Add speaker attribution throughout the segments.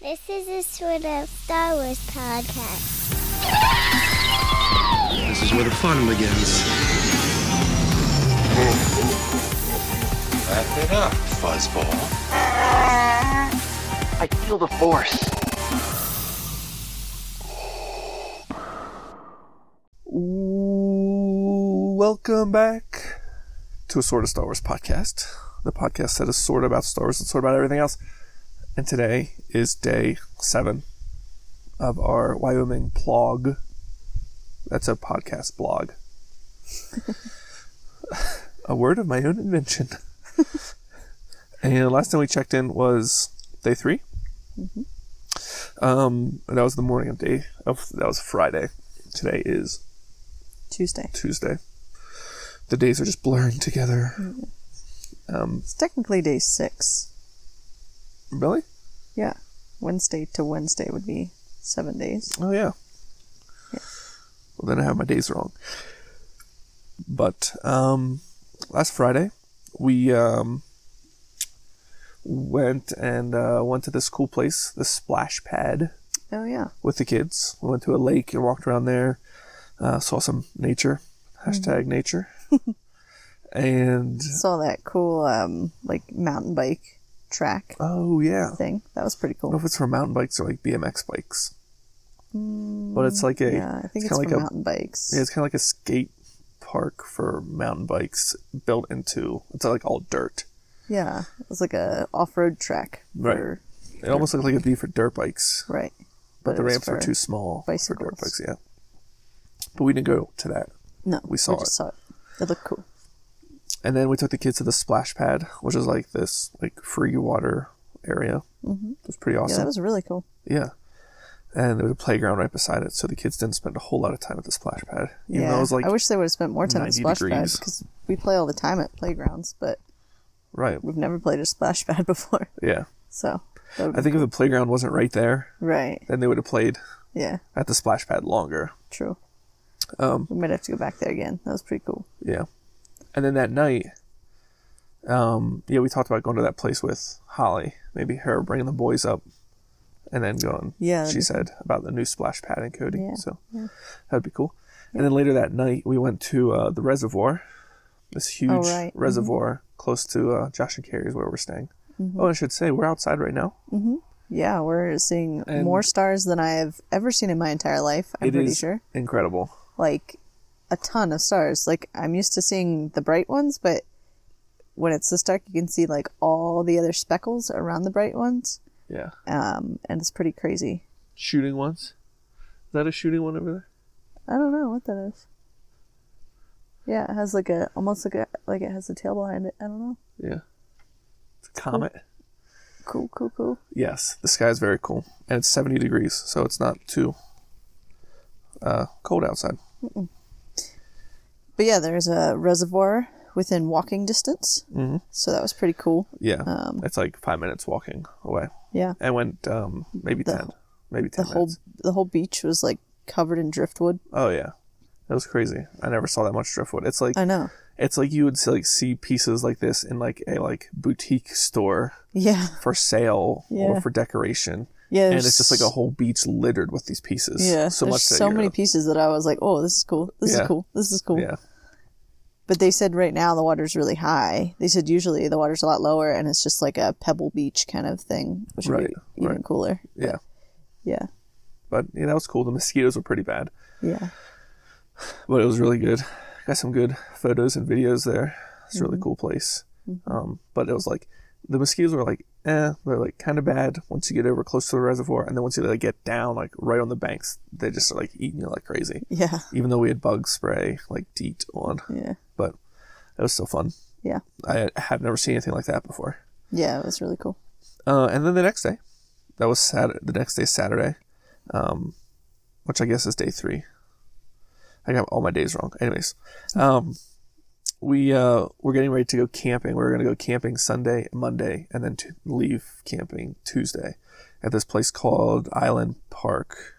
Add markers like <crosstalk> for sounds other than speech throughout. Speaker 1: This is a sort of Star Wars podcast.
Speaker 2: This is where the fun begins.
Speaker 3: Wrap it up, fuzzball.
Speaker 4: I feel the force.
Speaker 5: Welcome back to a sort of Star Wars podcast, the podcast that is sort of about Star Wars and sort of about everything else. And today is day seven of our Wyoming plog. That's a podcast blog. a word of my own invention. and last time we checked in was day 3 Um, and that was the morning of day of that was Friday. Today is
Speaker 6: Tuesday.
Speaker 5: Tuesday. The days are just blurring together. Um,
Speaker 6: It's technically day six.
Speaker 5: really?
Speaker 6: Yeah. Wednesday to Wednesday would be seven days.
Speaker 5: Oh yeah. Well, then I have my days wrong. But um, last Friday, we um, went and uh, went to this cool place, the Splash Pad,
Speaker 6: Oh, yeah.
Speaker 5: with the kids. We went to a lake and walked around there. Uh, saw some nature. Hashtag nature. <laughs> and
Speaker 6: Saw that cool, um, like, mountain bike track
Speaker 5: oh yeah,
Speaker 6: thing. That was pretty
Speaker 5: I don't know
Speaker 6: cool.
Speaker 5: if it's for mountain bikes or like BMX bikes. but it's like a
Speaker 6: Mm, Yeah, I think it's,
Speaker 5: kinda
Speaker 6: for
Speaker 5: like
Speaker 6: mountain bikes.
Speaker 5: a yeah, it's kind of like a skate park for mountain bikes built into it's like all dirt.
Speaker 6: Yeah. It was like a off-road track.
Speaker 5: Right.
Speaker 6: for-
Speaker 5: It almost looked like it'd be for dirt bikes,
Speaker 6: right.
Speaker 5: but,
Speaker 6: it
Speaker 5: the
Speaker 6: was
Speaker 5: ramps were
Speaker 6: for-
Speaker 5: too small for dirt
Speaker 6: bicycles.
Speaker 5: bikes. Yeah, but we didn't go to that.
Speaker 6: No.
Speaker 5: We saw it.
Speaker 6: just saw it. It looked cool.
Speaker 5: And then we took the kids to the splash pad, which is like this like free water area. Mm-hmm. It was pretty
Speaker 6: Yeah,
Speaker 5: awesome.
Speaker 6: that was really cool.
Speaker 5: Yeah. And there was a playground right beside it, so the kids didn't spend a whole lot of time at the splash pad. Even
Speaker 6: yeah.
Speaker 5: though it was like
Speaker 6: I wish they would have spent more time at
Speaker 5: 90
Speaker 6: splash pads
Speaker 5: degrees.
Speaker 6: because we play all the time at playgrounds, but
Speaker 5: right,
Speaker 6: we've never played a splash <laughs> pad before.
Speaker 5: yeah.
Speaker 6: So, that would
Speaker 5: I think if the playground wasn't right there,
Speaker 6: right.
Speaker 5: then they would have played
Speaker 6: Yeah.
Speaker 5: at the splash pad longer.
Speaker 6: True.
Speaker 5: Um,
Speaker 6: We might have to go back there again. That was pretty cool.
Speaker 5: Yeah. And then that night, um, yeah, we talked about going to that place with Holly. Maybe her bringing the boys up, and then going.
Speaker 6: Yeah, that'd
Speaker 5: She
Speaker 6: be
Speaker 5: said about the new splash pad in Cody.
Speaker 6: Yeah,
Speaker 5: So that'd be cool. And then later that night, we went to uh, the reservoir, this huge
Speaker 6: Oh, right. Mhm.
Speaker 5: reservoir close to uh, Josh and Carrie's where we're staying.
Speaker 6: Mm-hmm.
Speaker 5: Oh, I should say we're outside right now.
Speaker 6: Yeah, we're seeing
Speaker 5: And-
Speaker 6: more stars than I have ever seen in my entire life. I'm
Speaker 5: It
Speaker 6: pretty
Speaker 5: is
Speaker 6: sure.
Speaker 5: incredible.
Speaker 6: Like a ton of stars. Like I'm used to seeing the bright ones, but when it's this dark, you can see like all the other speckles around the bright ones,
Speaker 5: Yeah,
Speaker 6: um, and it's pretty crazy.
Speaker 5: shooting ones. Is that a shooting one over there?
Speaker 6: I don't know what that is. Yeah, it has like a almost like a like it has a tail behind it. I don't know.
Speaker 5: Yeah, it's a comet.
Speaker 6: Cool, cool, cool.
Speaker 5: Yes, the sky is very cool, and it's 70 degrees, so it's not too uh, cold outside.
Speaker 6: But yeah, there's a reservoir within walking distance, mm-hmm. so that was pretty cool.
Speaker 5: Yeah,
Speaker 6: Um,
Speaker 5: it's like five minutes walking away.
Speaker 6: Yeah,
Speaker 5: I went um, maybe
Speaker 6: The-
Speaker 5: ten, maybe
Speaker 6: the
Speaker 5: ten
Speaker 6: whole
Speaker 5: minutes.
Speaker 6: the whole beach was like covered in driftwood.
Speaker 5: Oh yeah, that was crazy. I never saw that much driftwood. It's like
Speaker 6: I know. <laughs>
Speaker 5: it's like you would see, like see pieces like this in like a like boutique store
Speaker 6: Yeah,
Speaker 5: for sale
Speaker 6: Yeah.
Speaker 5: or for decoration.
Speaker 6: yeah.
Speaker 5: And
Speaker 6: there's
Speaker 5: it's just like a whole beach littered with these pieces.
Speaker 6: yeah.
Speaker 5: so
Speaker 6: there's
Speaker 5: much. that
Speaker 6: so
Speaker 5: you're-
Speaker 6: many pieces that I was like, oh, this is cool. This
Speaker 5: Yeah.
Speaker 6: is cool. This is cool.
Speaker 5: Yeah,
Speaker 6: But they said right now the water's really high. They said usually the water's a lot lower, and it's just like a pebble beach kind of thing, which would
Speaker 5: Right,
Speaker 6: be even
Speaker 5: right.
Speaker 6: cooler.
Speaker 5: yeah.
Speaker 6: Yeah,
Speaker 5: But yeah, that was cool. The mosquitoes were pretty bad.
Speaker 6: yeah.
Speaker 5: but it was really good. Got some good photos and videos there. It's a
Speaker 6: Mm-hmm.
Speaker 5: really cool place. Um, but it was like the mosquitoes were like, eh, they're like kind of bad once you get over close to the reservoir, and then once you like get down like right on the banks, they just are like eating you like crazy.
Speaker 6: Yeah,
Speaker 5: Even though we had bug spray like DEET on,
Speaker 6: yeah,
Speaker 5: but it was still fun.
Speaker 6: yeah,
Speaker 5: I have never seen anything like that before.
Speaker 6: yeah. It was really cool.
Speaker 5: Uh, and then the next day, that was Saturday. The next day, Saturday, um, which I guess is day three. I got all my days wrong. Anyways, um, we uh, we're getting ready to go camping. We are going to go camping Sunday, Monday, and then to leave camping Tuesday at this place called Island Park.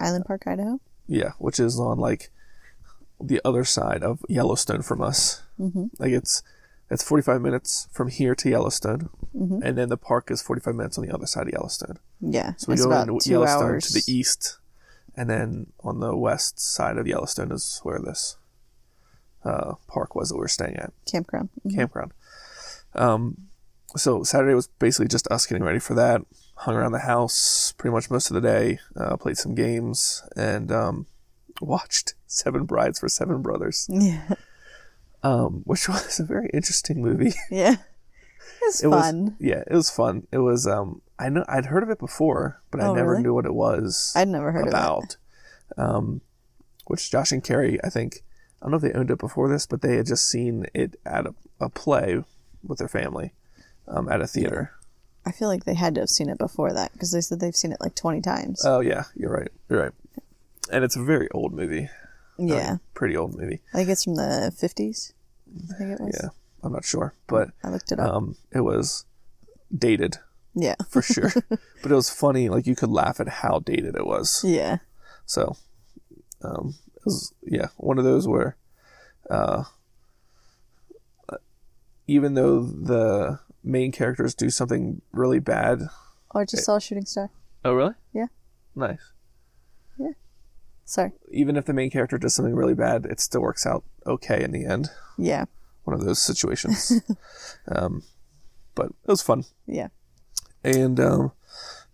Speaker 6: Island Park, Idaho.
Speaker 5: Yeah, which is on like the other side of Yellowstone from us. Mm-hmm. Like it's It's 45 minutes from here to Yellowstone,
Speaker 6: Mm-hmm.
Speaker 5: and then the park is 45 minutes on the other side of Yellowstone.
Speaker 6: Yeah,
Speaker 5: So we
Speaker 6: it's
Speaker 5: go
Speaker 6: about
Speaker 5: into
Speaker 6: two
Speaker 5: Yellowstone
Speaker 6: hours.
Speaker 5: to the east, and then on the west side of Yellowstone is where this uh, park was that we were staying at
Speaker 6: campground. Mhm.
Speaker 5: campground. Um, so Saturday was basically just us getting ready for that. Hung around the house pretty much most of the day, uh, played some games, and um, watched <laughs> Seven Brides for Seven Brothers,
Speaker 6: Yeah,
Speaker 5: um, which <laughs> was a very interesting movie.
Speaker 6: <laughs> yeah, it's
Speaker 5: It
Speaker 6: fun.
Speaker 5: was yeah, it was fun. It was um, I know I'd heard of it before, but
Speaker 6: Oh,
Speaker 5: I never
Speaker 6: really?
Speaker 5: knew what it was
Speaker 6: I'd never heard
Speaker 5: about.
Speaker 6: of it.
Speaker 5: Um, which Josh and Carrie, I think, I don't know if they owned it before this, but they had just seen it at a, a play with their family um, at a theater.
Speaker 6: I feel like they had to have seen it before that because they said they've seen it like twenty times.
Speaker 5: Oh yeah, you're right. You're right. And it's a very old movie.
Speaker 6: yeah,
Speaker 5: Pretty old movie.
Speaker 6: I think it's from the fifties. I think it was.
Speaker 5: Yeah. I'm not sure, but
Speaker 6: I looked it up.
Speaker 5: um it was dated
Speaker 6: yeah,
Speaker 5: for
Speaker 6: <laughs>
Speaker 5: sure. but it was funny like you could laugh at how dated it was.
Speaker 6: yeah,
Speaker 5: So um it was yeah, one of those where uh even though the main characters do something really bad.
Speaker 6: Oh, I just saw a shooting star.
Speaker 5: Oh really?
Speaker 6: Yeah.
Speaker 5: Nice.
Speaker 6: Sorry.
Speaker 5: Even if the main character does something really bad, it still works out okay in the end.
Speaker 6: Yeah.
Speaker 5: one of those situations. um, but it was fun.
Speaker 6: Yeah.
Speaker 5: And um,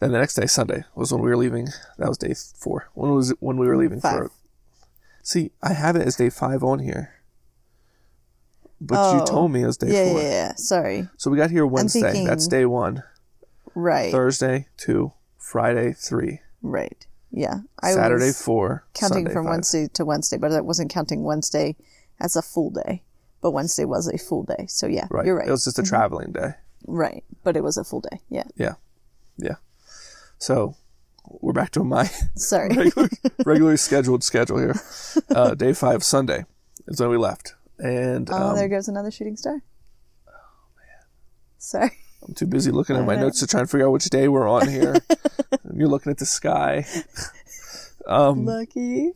Speaker 5: then the next day, Sunday, was when we were leaving. That was day four. When was it when we were leaving
Speaker 6: Five.
Speaker 5: for? See, I have it as day five on here, but
Speaker 6: Oh.
Speaker 5: you told me it was day
Speaker 6: yeah,
Speaker 5: four.
Speaker 6: yeah, yeah. Sorry.
Speaker 5: So we got here Wednesday.
Speaker 6: thinking-
Speaker 5: That's day one.
Speaker 6: Right.
Speaker 5: Thursday two. Friday three.
Speaker 6: Right. Yeah. I
Speaker 5: Saturday
Speaker 6: was
Speaker 5: four.
Speaker 6: counting
Speaker 5: Sunday
Speaker 6: from
Speaker 5: five.
Speaker 6: Wednesday to Wednesday, but I wasn't counting Wednesday as a full day. But Wednesday was a full day. So yeah,
Speaker 5: Right.
Speaker 6: you're right. Mm-hmm.
Speaker 5: It was just a traveling day.
Speaker 6: right. But it was a full day. Yeah.
Speaker 5: Yeah, yeah. So we're back to my <laughs>
Speaker 6: Sorry.
Speaker 5: regular, regularly scheduled schedule
Speaker 6: <laughs>
Speaker 5: here. Uh, day five, Sunday, is when we left, and
Speaker 6: oh,
Speaker 5: um,
Speaker 6: there goes another shooting star. Oh man. Sorry.
Speaker 5: I'm too busy looking at my
Speaker 6: Uh-huh.
Speaker 5: notes to try and figure out which day we're on
Speaker 6: <laughs>
Speaker 5: here. And You're looking at the sky, Hmm.
Speaker 6: Lucky.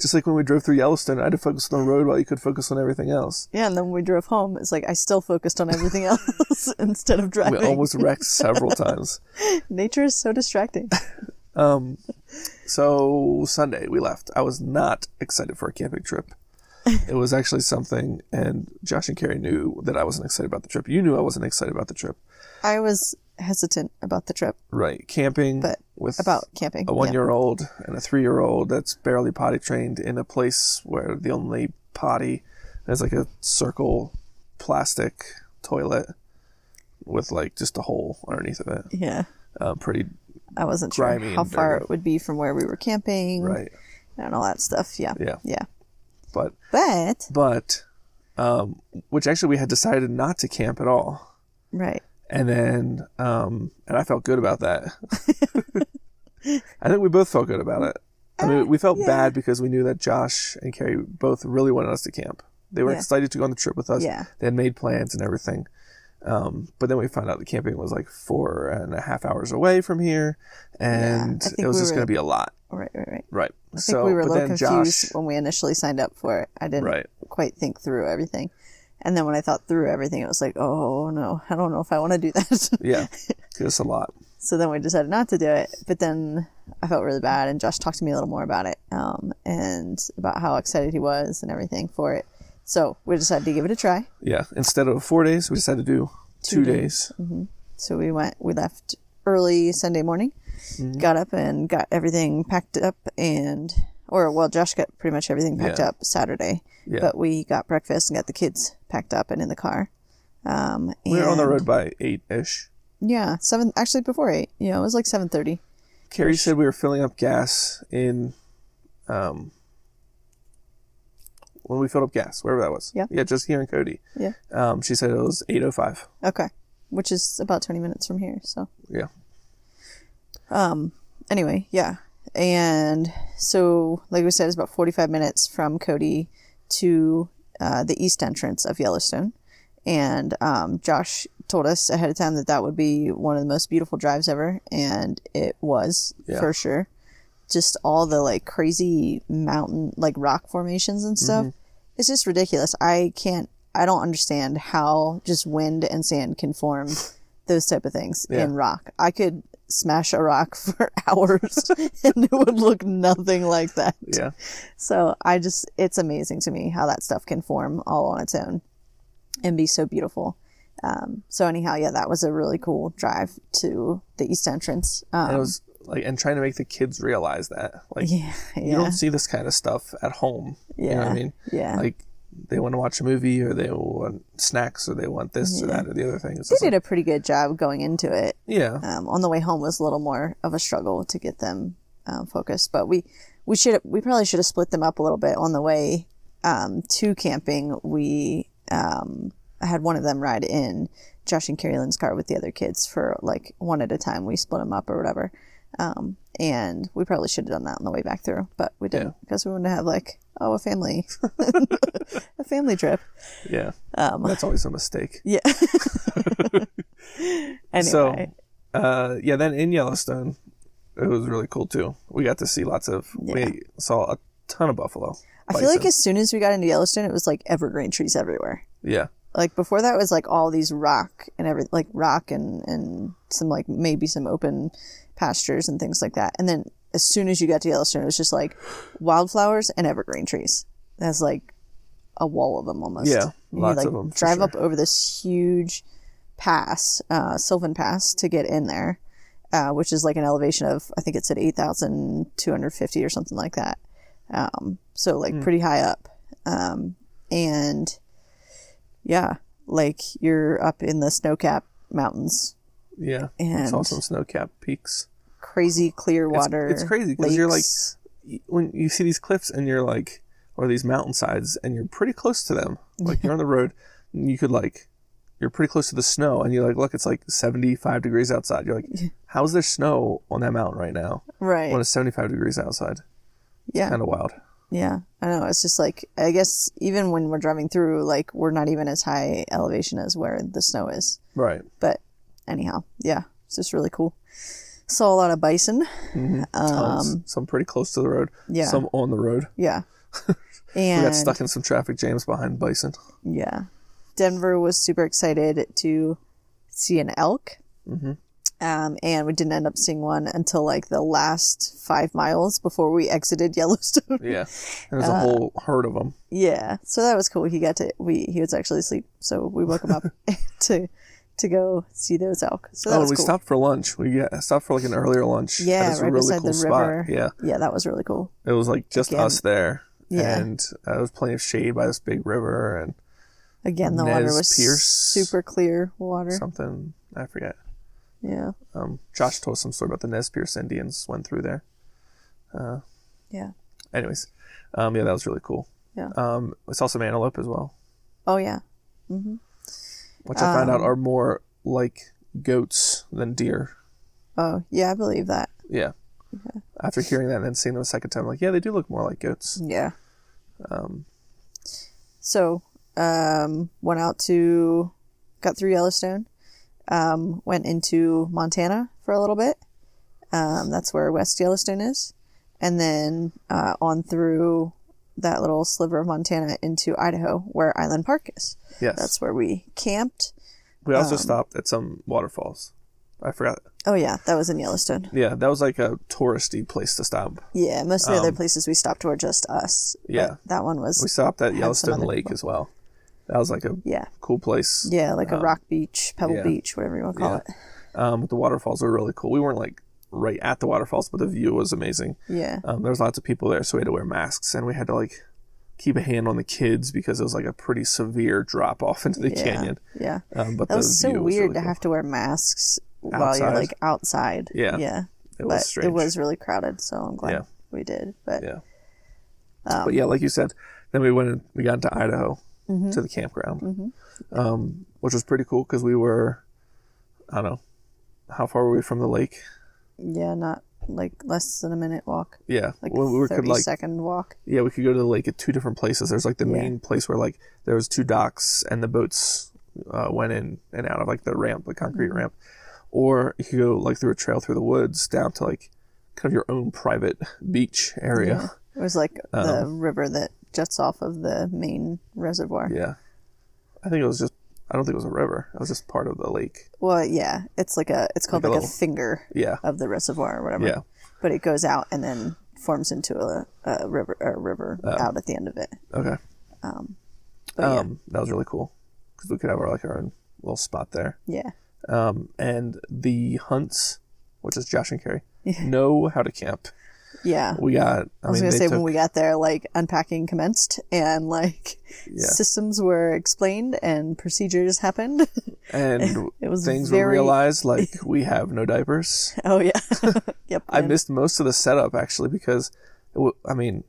Speaker 5: just like when we drove through Yellowstone. I had to focus on the road while you could focus on everything else.
Speaker 6: Yeah, and then when we drove home, it's like I still focused on
Speaker 5: <laughs>
Speaker 6: everything else <laughs> instead of
Speaker 5: We
Speaker 6: driving.
Speaker 5: almost wrecked several times.
Speaker 6: Nature is so distracting.
Speaker 5: So Sunday we left. I was not excited for a camping trip. It was actually something, and Josh and Carrie knew that I wasn't excited about the trip. You knew I wasn't excited about the trip,
Speaker 6: I was hesitant about the trip,
Speaker 5: right? Camping,
Speaker 6: But
Speaker 5: with
Speaker 6: about camping.
Speaker 5: a
Speaker 6: Yeah.
Speaker 5: one year old and a three year old that's barely potty trained in a place where the only potty is like a circle plastic toilet with like just a hole underneath of it.
Speaker 6: Yeah.
Speaker 5: Um, pretty
Speaker 6: I wasn't
Speaker 5: grimy
Speaker 6: sure how
Speaker 5: and
Speaker 6: far
Speaker 5: dirty.
Speaker 6: it would be from where we were camping
Speaker 5: right,
Speaker 6: and all that stuff. Yeah.
Speaker 5: Yeah.
Speaker 6: Yeah.
Speaker 5: but
Speaker 6: But,
Speaker 5: but um, which actually we had decided not to camp at all,
Speaker 6: right.
Speaker 5: and then um, and I felt good about
Speaker 6: <laughs>
Speaker 5: that. I think we both felt good about it. I mean, we felt bad because we knew that Josh and Carrie both really wanted us to camp. They were
Speaker 6: Yeah.
Speaker 5: excited to go on the trip with us.
Speaker 6: Yeah.
Speaker 5: They had made plans and everything. Um, but then we found out the camping was like four and a half hours away from here, and
Speaker 6: I think
Speaker 5: it was
Speaker 6: we
Speaker 5: just
Speaker 6: were-
Speaker 5: going to be a lot,
Speaker 6: All right. Right. Right.
Speaker 5: right?
Speaker 6: I think we were a
Speaker 5: but
Speaker 6: little
Speaker 5: then
Speaker 6: confused
Speaker 5: Josh,
Speaker 6: when we initially signed up for it. I didn't
Speaker 5: Right.
Speaker 6: quite think through everything. And then when I thought through everything, it was like, oh no, I don't know if I want to do that. <laughs>
Speaker 5: yeah, it's a lot.
Speaker 6: so then we decided not to do it. But then I felt really bad, and Josh talked to me a little more about it um, and about how excited he was and everything for it. So we decided to give it a try.
Speaker 5: Yeah, instead of four days, we decided to do two, days.
Speaker 6: So we went, we left early Sunday morning,
Speaker 5: Mm-hmm.
Speaker 6: got up and got everything packed up and, or well, Josh got pretty much everything packed
Speaker 5: Yeah.
Speaker 6: up Saturday,
Speaker 5: Yeah.
Speaker 6: but we got breakfast and got the kids packed up and in the car. Um,
Speaker 5: We were on the
Speaker 6: and-
Speaker 5: road by eight ish.
Speaker 6: Yeah. Seven, actually before eight, you know, it was like 7.30.
Speaker 5: Carrie said we were filling up gas in, um, when we filled up gas, wherever that was.
Speaker 6: Yeah.
Speaker 5: Yeah, just here in Cody.
Speaker 6: Yeah.
Speaker 5: Um, she said it was eight oh five.
Speaker 6: Okay. Which is about 20 minutes from here. So
Speaker 5: Yeah.
Speaker 6: anyway, yeah. And so, like we said, it's about 45 minutes from Cody to uh, the east entrance of Yellowstone. And um, Josh told us ahead of time that that would be one of the most beautiful drives ever. And it was,
Speaker 5: Yeah.
Speaker 6: for sure. Just all the like
Speaker 5: Mm-hmm.
Speaker 6: crazy mountain, like rock formations and stuff. It's just ridiculous. I can't I don't understand how just wind and sand can form those type of things
Speaker 5: Yeah.
Speaker 6: in rock. I could smash a rock <laughs> for hours <laughs> and it would look nothing like that.
Speaker 5: Yeah.
Speaker 6: So I just, it's amazing to me how that stuff can form all on its own and be so beautiful. Um, so anyhow, yeah, that was a really cool drive to the east entrance. Um,
Speaker 5: And it was like and trying to make the kids realize that like
Speaker 6: <laughs> yeah,
Speaker 5: you
Speaker 6: yeah,
Speaker 5: don't see this kind of stuff at home. You know what
Speaker 6: Yeah.
Speaker 5: I mean?
Speaker 6: yeah.
Speaker 5: Like they want to watch a movie or they want snacks or they want this or that or the other thing. It's
Speaker 6: they
Speaker 5: just
Speaker 6: did
Speaker 5: like-
Speaker 6: a pretty good job going into it.
Speaker 5: yeah.
Speaker 6: Um, on the way home was a little more of a struggle to get them um, focused, but we we should we probably should have split them up a little bit on the way um, to camping. We um, I had one of them ride in Josh and Carrie Lynn's car with the other kids for like one at a time. We split them up or whatever, um, and we probably should have done that on the way back through, but we didn't because we wanted to have like oh a family <laughs> a family trip.
Speaker 5: Yeah.
Speaker 6: Um,
Speaker 5: That's always a mistake.
Speaker 6: yeah. <laughs> anyway.
Speaker 5: So, uh, yeah, then in Yellowstone, it was really cool too. We got to see lots of,
Speaker 6: Yeah.
Speaker 5: we saw a ton of buffalo.
Speaker 6: I feel like
Speaker 5: bison.
Speaker 6: as soon as we got into Yellowstone, it was like evergreen trees everywhere.
Speaker 5: yeah,
Speaker 6: Like before that was like all these rock and every like rock and and some like maybe some open pastures and things like that. And then as soon as you got to Yellowstone, it was just like wildflowers and evergreen trees. That's like a wall of them almost.
Speaker 5: Yeah,
Speaker 6: And you,
Speaker 5: lots
Speaker 6: like,
Speaker 5: of 'em, for
Speaker 6: Drive
Speaker 5: sure.
Speaker 6: up over this huge pass, uh, Sylvan Pass, to get in there, uh, which is like an elevation of I think it said eight thousand two hundred fifty or something like that. Um, so
Speaker 5: Hmm.
Speaker 6: like pretty high up, um, and yeah, like you're up in the snow-capped mountains,
Speaker 5: yeah.
Speaker 6: And-
Speaker 5: saw some snow capped peaks.
Speaker 6: crazy clear water.
Speaker 5: it's crazy 'cause you're, like,
Speaker 6: lakes.
Speaker 5: Y- When you see these cliffs and you're like, or these mountainsides, and you're pretty close to
Speaker 6: <laughs>
Speaker 5: them, like you're on the road, and you could like, you're pretty close to the snow, and you're like, look, it's like 75 degrees outside. You're like, how's there snow on that mountain right now
Speaker 6: right?
Speaker 5: when it's 75 degrees outside?
Speaker 6: yeah,
Speaker 5: Kind of wild.
Speaker 6: Yeah, I know. It's just like I guess even when we're driving through, like we're not even as high elevation as where the snow is.
Speaker 5: Right.
Speaker 6: But anyhow, yeah, it's just really cool. Saw a lot of bison.
Speaker 5: Mm-hmm.
Speaker 6: Um,
Speaker 5: Tons. some pretty close to the road.
Speaker 6: yeah.
Speaker 5: Some on the road.
Speaker 6: Yeah,
Speaker 5: <laughs> We
Speaker 6: and
Speaker 5: got stuck in some traffic jams behind Bison.
Speaker 6: yeah, Denver was super excited to see an elk.
Speaker 5: Mhm.
Speaker 6: Um, and we didn't end up seeing one until like the last five miles before we exited <laughs> Yellowstone.
Speaker 5: Yeah, and
Speaker 6: Uh,
Speaker 5: there's a whole herd of them.
Speaker 6: Yeah, so that was cool. He got to we he was actually asleep, so we woke
Speaker 5: <laughs>
Speaker 6: him up <laughs> to to go see those elk. So that
Speaker 5: Oh,
Speaker 6: was
Speaker 5: we
Speaker 6: cool.
Speaker 5: stopped for lunch. We got, stopped for like an earlier lunch. at
Speaker 6: Yeah,
Speaker 5: this
Speaker 6: right
Speaker 5: really
Speaker 6: beside
Speaker 5: cool
Speaker 6: the
Speaker 5: spot.
Speaker 6: river.
Speaker 5: Yeah,
Speaker 6: Yeah, that was really cool.
Speaker 5: it was like just
Speaker 6: Again.
Speaker 5: us there,
Speaker 6: Yeah.
Speaker 5: and uh, there was plenty of shade by this big river and
Speaker 6: Again, the water
Speaker 5: Nez
Speaker 6: was
Speaker 5: Pierce.
Speaker 6: super clear water.
Speaker 5: something I forget.
Speaker 6: Yeah,
Speaker 5: Um, Josh told us some story about the Nez Pierce Indians went through there. Uh,
Speaker 6: yeah,
Speaker 5: Anyways, um, yeah, that was really cool.
Speaker 6: Yeah.
Speaker 5: um, we saw some antelope as well,
Speaker 6: oh yeah,
Speaker 5: which I found out
Speaker 6: Um,
Speaker 5: are more like goats than deer.
Speaker 6: oh yeah. I believe that.
Speaker 5: Yeah. After hearing that and then seeing them a second time, like, yeah, they do look more like goats.
Speaker 6: Yeah. Um. So, um, went out to, got through Yellowstone, um, went into Montana for a little bit. Um, that's where West Yellowstone is, and then uh, on through that little sliver of Montana into Idaho, where Island Park is.
Speaker 5: Yes.
Speaker 6: That's um, where we camped.
Speaker 5: we also stopped at some waterfalls. I forgot.
Speaker 6: Oh yeah, that was in Yellowstone.
Speaker 5: Yeah, that was like a touristy place to stop.
Speaker 6: Yeah, most of the other places we stopped were just us. but
Speaker 5: Um, yeah.
Speaker 6: that one was
Speaker 5: We stopped at
Speaker 6: some
Speaker 5: Yellowstone
Speaker 6: other
Speaker 5: Lake
Speaker 6: people.
Speaker 5: as well. That was like a
Speaker 6: yeah,
Speaker 5: cool place.
Speaker 6: yeah, like a rock beach, pebble
Speaker 5: Uh, yeah.
Speaker 6: beach, whatever you want to call
Speaker 5: Yeah.
Speaker 6: it.
Speaker 5: Um, but the waterfalls were really cool. We weren't like right at the waterfalls, but the view was amazing.
Speaker 6: Yeah.
Speaker 5: Um, there was lots of people there, so we had to wear masks and we had to like keep a hand on the kids because it was like a pretty severe drop off into the
Speaker 6: Yeah.
Speaker 5: canyon.
Speaker 6: Yeah.
Speaker 5: Um, but
Speaker 6: That
Speaker 5: the
Speaker 6: was so
Speaker 5: view
Speaker 6: weird
Speaker 5: was really
Speaker 6: to
Speaker 5: cool.
Speaker 6: have to wear masks while you're
Speaker 5: Outside.
Speaker 6: like outside.
Speaker 5: Yeah.
Speaker 6: Yeah.
Speaker 5: It
Speaker 6: but
Speaker 5: was strange.
Speaker 6: it was really crowded, so I'm glad
Speaker 5: Yeah.
Speaker 6: we did. But
Speaker 5: Yeah. but yeah, like you said, then we went and we got into Idaho
Speaker 6: Mm-hmm.
Speaker 5: to the campground, um, which was pretty cool because we were, I don't know, how far were we from the lake?
Speaker 6: yeah, not like less than a minute walk.
Speaker 5: Yeah,
Speaker 6: Like
Speaker 5: when we were, could
Speaker 6: thirty second
Speaker 5: like
Speaker 6: walk.
Speaker 5: yeah, we could go to the lake at two different places. There's like the main place where like there was two docks and the boats uh, went in and out of like the ramp, the concrete
Speaker 6: Mm-hmm.
Speaker 5: ramp, or you could go like through a trail through the woods down to like kind of your own private beach area.
Speaker 6: It was like the river that juts off of the main reservoir.
Speaker 5: Yeah. I think it was just. I don't think it was a river. It was just part of the lake.
Speaker 6: Well, yeah, it's like a it's called
Speaker 5: Like
Speaker 6: like,
Speaker 5: a
Speaker 6: a,
Speaker 5: little-
Speaker 6: finger
Speaker 5: Yeah.
Speaker 6: of the reservoir or whatever.
Speaker 5: Yeah.
Speaker 6: But it goes out and then forms into a, a river a river
Speaker 5: Oh.
Speaker 6: out at the end of it.
Speaker 5: Okay.
Speaker 6: But
Speaker 5: Um, That was really cool because we could have our like our own little spot there.
Speaker 6: yeah,
Speaker 5: Um, and the hunts, which is Josh and Carrie, know how to camp.
Speaker 6: yeah, yeah.
Speaker 5: We got. I,
Speaker 6: I was
Speaker 5: mean, they
Speaker 6: gonna say
Speaker 5: took,
Speaker 6: when we got there, like unpacking commenced and like systems were explained and procedures happened.
Speaker 5: <laughs>
Speaker 6: <laughs>
Speaker 5: and
Speaker 6: it was
Speaker 5: things were
Speaker 6: very-
Speaker 5: realized
Speaker 6: <laughs>
Speaker 5: like we have no diapers.
Speaker 6: oh yeah, <laughs> yep.
Speaker 5: I
Speaker 6: and-
Speaker 5: missed most of the setup actually because, it wa- I mean,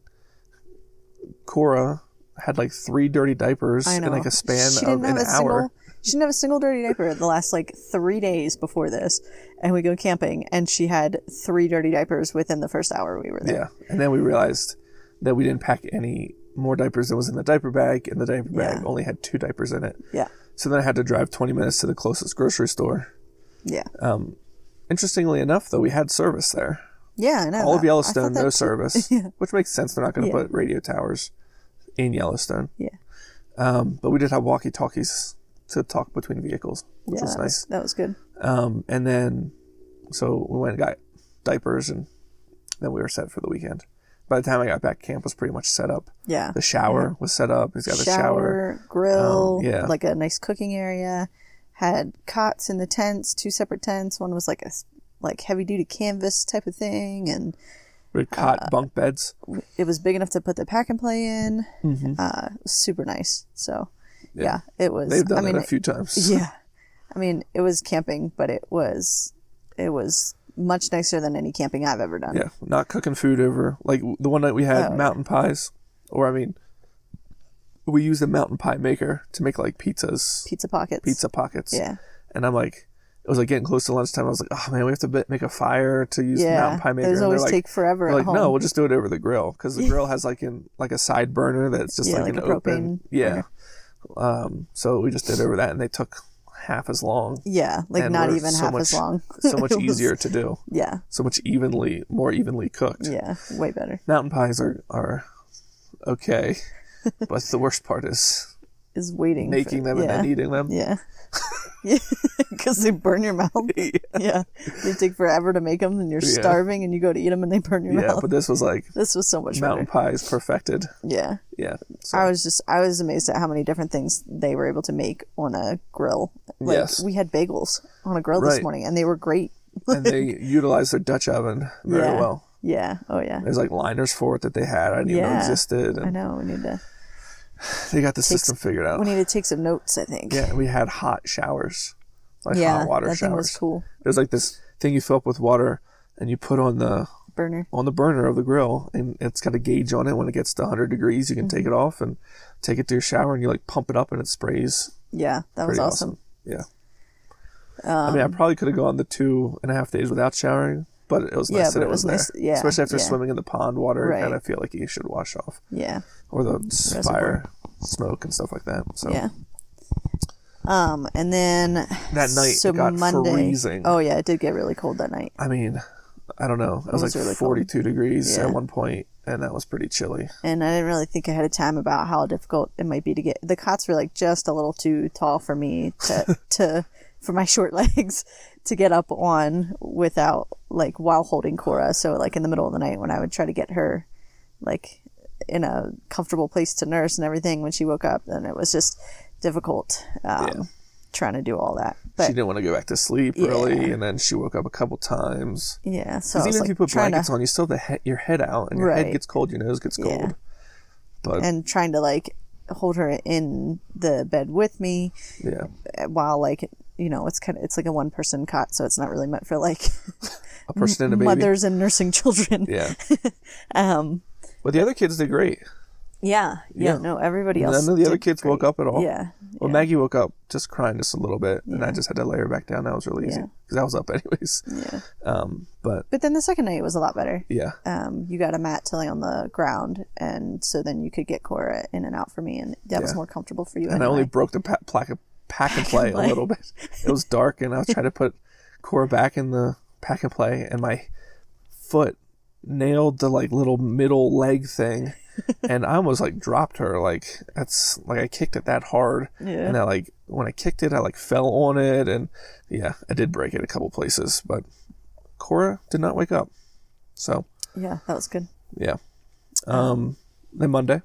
Speaker 5: Cora had like three dirty diapers
Speaker 6: I
Speaker 5: in
Speaker 6: know.
Speaker 5: like a span
Speaker 6: She
Speaker 5: of an
Speaker 6: didn't have a
Speaker 5: hour.
Speaker 6: Single, she didn't have a single dirty diaper the last like three days before this, and we go camping, and she had three dirty diapers within the first hour we were there.
Speaker 5: Yeah, and then we realized that we didn't pack any more diapers than was in the diaper bag, and the diaper bag
Speaker 6: Yeah.
Speaker 5: only had two diapers in it.
Speaker 6: Yeah,
Speaker 5: So then I had to drive 20 minutes to the closest grocery store.
Speaker 6: yeah,
Speaker 5: Interestingly enough, though, we had service there.
Speaker 6: yeah. I know.
Speaker 5: All
Speaker 6: I- I
Speaker 5: of
Speaker 6: thought
Speaker 5: Yellowstone,
Speaker 6: that
Speaker 5: no
Speaker 6: too. <laughs>
Speaker 5: service, which makes sense. They're not going to
Speaker 6: Yeah.
Speaker 5: put radio towers in Yellowstone.
Speaker 6: Yeah.
Speaker 5: Um, but we did have walkie talkies to talk between vehicles, which
Speaker 6: Yeah,
Speaker 5: was
Speaker 6: that was,
Speaker 5: nice.
Speaker 6: that was good.
Speaker 5: Um, and then, so we went and got diapers, and then we were set for the weekend. By the time I got back, camp was pretty much set up.
Speaker 6: Yeah.
Speaker 5: The shower was set up. He's got a shower.
Speaker 6: grill,
Speaker 5: Um, yeah.
Speaker 6: like a nice cooking area. Had cots in the tents, two separate tents. One was like a s- like heavy duty canvas type of thing, and
Speaker 5: We had cot
Speaker 6: uh,
Speaker 5: bunk beds.
Speaker 6: it was big enough to put the pack and play in.
Speaker 5: Mm-hmm.
Speaker 6: Uh, it was super nice. So, yeah, it was.
Speaker 5: They've done
Speaker 6: I mean,
Speaker 5: that a few times.
Speaker 6: yeah, I mean, it was camping, but it was it was much nicer than any camping I've ever done.
Speaker 5: Yeah, not cooking food over like the one night we had
Speaker 6: Oh.
Speaker 5: mountain pies, or I mean, we used a mountain pie maker to make like pizzas,
Speaker 6: Pizza pockets.
Speaker 5: pizza pockets.
Speaker 6: Yeah,
Speaker 5: and I'm like, it was like getting close to lunchtime. I was like, oh man, we have to be- make a fire to use the
Speaker 6: yeah.
Speaker 5: mountain pie maker.
Speaker 6: Those
Speaker 5: And they're
Speaker 6: always
Speaker 5: like-
Speaker 6: take forever.
Speaker 5: they're
Speaker 6: at
Speaker 5: like,
Speaker 6: home.
Speaker 5: no, we'll just do it over the grill because the grill has like in like a side burner that's just
Speaker 6: Yeah,
Speaker 5: like,
Speaker 6: like
Speaker 5: an
Speaker 6: a
Speaker 5: open,
Speaker 6: propane
Speaker 5: yeah. Um, so we just did over that, and they took half as long.
Speaker 6: yeah, like
Speaker 5: and
Speaker 6: not
Speaker 5: were
Speaker 6: even
Speaker 5: so
Speaker 6: half
Speaker 5: much-
Speaker 6: as long.
Speaker 5: <laughs> so much
Speaker 6: <laughs> It was-
Speaker 5: easier to do.
Speaker 6: Yeah,
Speaker 5: So much evenly, more evenly cooked.
Speaker 6: yeah, way better.
Speaker 5: mountain pies are are
Speaker 6: <laughs>
Speaker 5: okay, but the worst part is
Speaker 6: Is waiting for-
Speaker 5: making them
Speaker 6: yeah.
Speaker 5: and then eating them.
Speaker 6: Yeah. <laughs> Yeah, <laughs> because they burn
Speaker 5: <laughs>
Speaker 6: your mouth. Yeah. they take forever to make them, and you're
Speaker 5: Yeah.
Speaker 6: starving, and you go to eat them, and they burn your
Speaker 5: Yeah,
Speaker 6: mouth.
Speaker 5: but this was like
Speaker 6: <laughs> this was so much
Speaker 5: mountain
Speaker 6: better.
Speaker 5: pies perfected.
Speaker 6: Yeah,
Speaker 5: Yeah, so
Speaker 6: I was just I was amazed at how many different things they were able to make on a grill. Like
Speaker 5: Yes.
Speaker 6: we had bagels on a grill
Speaker 5: Right.
Speaker 6: this morning, and they were great.
Speaker 5: and
Speaker 6: <laughs>
Speaker 5: they utilized their Dutch oven very
Speaker 6: yeah.
Speaker 5: well.
Speaker 6: Yeah. Oh yeah.
Speaker 5: There's like liners for it that they had. I didn't even know
Speaker 6: Yeah.
Speaker 5: existed,
Speaker 6: I
Speaker 5: and
Speaker 6: know. We need to
Speaker 5: they got the system figured out.
Speaker 6: we need to take some notes. I think.
Speaker 5: yeah, we had hot showers, like
Speaker 6: Yeah,
Speaker 5: hot water
Speaker 6: that
Speaker 5: showers.
Speaker 6: thing was cool.
Speaker 5: There's like this thing you fill up with water, and you put on the
Speaker 6: Burner.
Speaker 5: on the burner of the grill and it's got a gauge on it when it gets to 100 degrees you can take
Speaker 6: Mm-hmm.
Speaker 5: it off and take it to your shower and you like pump it up and it sprays
Speaker 6: Yeah, that was
Speaker 5: pretty
Speaker 6: awesome. Um,
Speaker 5: yeah i mean i probably could have gone the two and a half days without showering but it was nice
Speaker 6: Yeah,
Speaker 5: that
Speaker 6: but
Speaker 5: it was,
Speaker 6: nice-
Speaker 5: there
Speaker 6: yeah,
Speaker 5: especially after
Speaker 6: yeah.
Speaker 5: swimming in the pond water
Speaker 6: Right.
Speaker 5: you kind of feel like you should wash off
Speaker 6: Yeah.
Speaker 5: or the s- fire smoke and stuff like that so
Speaker 6: Yeah. Um, and then
Speaker 5: That night
Speaker 6: so
Speaker 5: it got
Speaker 6: Monday.
Speaker 5: freezing.
Speaker 6: Oh yeah, it did get really cold that night.
Speaker 5: i mean i don't know it was,
Speaker 6: was
Speaker 5: like
Speaker 6: really cold.
Speaker 5: 42 degrees
Speaker 6: Yeah.
Speaker 5: at one point and that was pretty chilly
Speaker 6: and I didn't really think ahead of time about how difficult it might be to get the cots were like just a little too tall for me
Speaker 5: <laughs>
Speaker 6: to to for my short <laughs> legs to get up on without like while holding Cora. So like in the middle of the night when I would try to get her like in a comfortable place to nurse and everything when she woke up, then it was just difficult um,
Speaker 5: Yeah.
Speaker 6: trying to do all that. But
Speaker 5: she didn't want to go back to sleep early and then she woke up a couple times
Speaker 6: yeah, so I
Speaker 5: Because
Speaker 6: was
Speaker 5: even
Speaker 6: like,
Speaker 5: if you put
Speaker 6: trying to-
Speaker 5: blankets on, you still have the he- your head out, and your head
Speaker 6: Right.
Speaker 5: gets cold, your nose gets cold. But
Speaker 6: and trying to like hold her in the bed with me eh,
Speaker 5: yeah,
Speaker 6: while like you know it's kind of it's like a one person cot so it's not really meant for like
Speaker 5: a person and a baby.
Speaker 6: mothers Um, and nursing children <laughs>
Speaker 5: Yeah. but the other kids did great.
Speaker 6: yeah yeah,
Speaker 5: Yeah.
Speaker 6: no everybody else
Speaker 5: None of the other
Speaker 6: did
Speaker 5: kids woke
Speaker 6: great.
Speaker 5: up at all.
Speaker 6: yeah
Speaker 5: Well, Maggie woke up just crying just a little bit, and I just had to lay her back down. That was really easy
Speaker 6: Yeah.
Speaker 5: because I was up <laughs> anyways. Yeah. Um. But
Speaker 6: but then the second night was a lot better
Speaker 5: yeah,
Speaker 6: um you got a mat to lay on the ground and so then you could get cora in and out for me and that was
Speaker 5: Yeah.
Speaker 6: more comfortable for you
Speaker 5: and I only broke the pa- plaque pack and play a
Speaker 6: play.
Speaker 5: little
Speaker 6: <laughs>
Speaker 5: bit. It was dark, and I was trying to put Cora back in the pack
Speaker 6: <laughs>
Speaker 5: and play, and my foot nailed the like little middle leg thing, and I almost like dropped her. Like that's like I kicked it that hard,
Speaker 6: Yeah.
Speaker 5: and I like when I kicked it, I like fell on it, and yeah, I did break it a couple places. But Cora did not wake up, so
Speaker 6: Yeah, that was good.
Speaker 5: yeah.
Speaker 6: Oh.
Speaker 5: Um, then Monday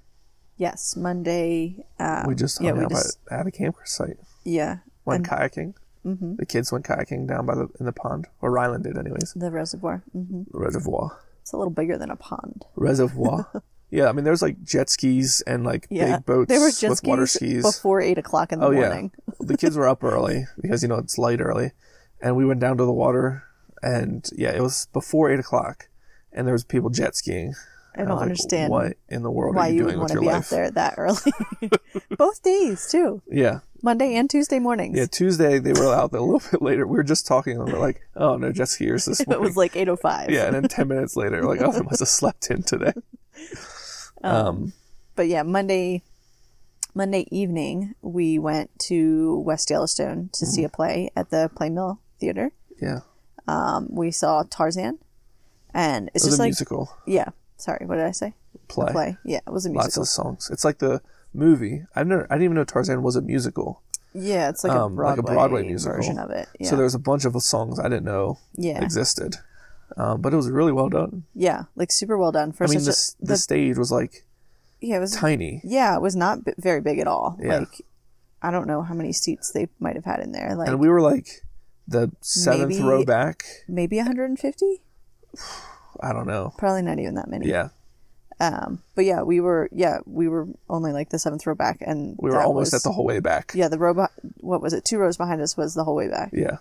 Speaker 6: Yes, Monday. Uh,
Speaker 5: we just hung
Speaker 6: yeah, we
Speaker 5: out
Speaker 6: just-
Speaker 5: at, at a campsite.
Speaker 6: yeah,
Speaker 5: Went
Speaker 6: and
Speaker 5: kayaking. Mm-hmm. The kids went kayaking down by the in the pond, or Ryland did, anyways.
Speaker 6: the reservoir. hmm
Speaker 5: The reservoir.
Speaker 6: It's a little bigger than a pond. <laughs>
Speaker 5: reservoir. yeah, I mean, there's like jet skis and like
Speaker 6: Yeah,
Speaker 5: big boats
Speaker 6: there were jet
Speaker 5: with
Speaker 6: skis
Speaker 5: water skis.
Speaker 6: before eight o'clock in the
Speaker 5: oh
Speaker 6: morning.
Speaker 5: yeah, the kids were up early because you know it's light early, and we went down to the water, and yeah, it was before eight o'clock, and there was people jet skiing.
Speaker 6: I
Speaker 5: And
Speaker 6: don't
Speaker 5: was like,
Speaker 6: understand
Speaker 5: what in the world
Speaker 6: why
Speaker 5: are you,
Speaker 6: you would
Speaker 5: doing
Speaker 6: want
Speaker 5: with
Speaker 6: to
Speaker 5: your
Speaker 6: be out
Speaker 5: life.
Speaker 6: there that early.
Speaker 5: <laughs>
Speaker 6: Both days too,
Speaker 5: Yeah,
Speaker 6: Monday and Tuesday mornings.
Speaker 5: yeah. Tuesday they were out there a little <laughs> bit later. We were just talking, and we're like, "Oh no, jet skiers this
Speaker 6: <laughs> <laughs> it
Speaker 5: morning."
Speaker 6: was like eight oh five. <laughs>
Speaker 5: yeah, and then ten minutes later, we're like, "Oh, they must have slept in today."
Speaker 6: Oh.
Speaker 5: Um,
Speaker 6: but yeah, Monday Monday evening we went to West Yellowstone to
Speaker 5: Mm-hmm.
Speaker 6: see a play at the Play Mill Theater.
Speaker 5: yeah,
Speaker 6: Um, we saw Tarzan, and it's
Speaker 5: it was
Speaker 6: just
Speaker 5: a
Speaker 6: like
Speaker 5: musical
Speaker 6: yeah. Sorry, what did I say? Play. Yeah, it was a
Speaker 5: lots
Speaker 6: musical.
Speaker 5: of songs. It's like the movie. I've never, I didn't even know Tarzan was a musical.
Speaker 6: yeah, it's like,
Speaker 5: um, like
Speaker 6: a Broadway
Speaker 5: a Broadway musical.
Speaker 6: version of it. Yeah,
Speaker 5: So there was a bunch of songs I didn't know
Speaker 6: Yeah.
Speaker 5: existed, um, but it was really well done.
Speaker 6: yeah, like super well done for
Speaker 5: I mean,
Speaker 6: such
Speaker 5: the, s-
Speaker 6: a
Speaker 5: the stage was like
Speaker 6: yeah it was
Speaker 5: tiny.
Speaker 6: yeah it was not b- very big at all.
Speaker 5: Yeah.
Speaker 6: Like I don't know how many seats they might have had in there. Like
Speaker 5: and we were like the seventh
Speaker 6: Maybe-
Speaker 5: row back.
Speaker 6: maybe 150,
Speaker 5: I don't know.
Speaker 6: probably not even that many.
Speaker 5: Yeah,
Speaker 6: Um, but yeah, we were yeah we were only like the seventh row back, and
Speaker 5: we were
Speaker 6: that
Speaker 5: almost
Speaker 6: was-
Speaker 5: at the whole way back.
Speaker 6: yeah the row. beh- What was it? Two rows behind us was the whole way back.
Speaker 5: yeah.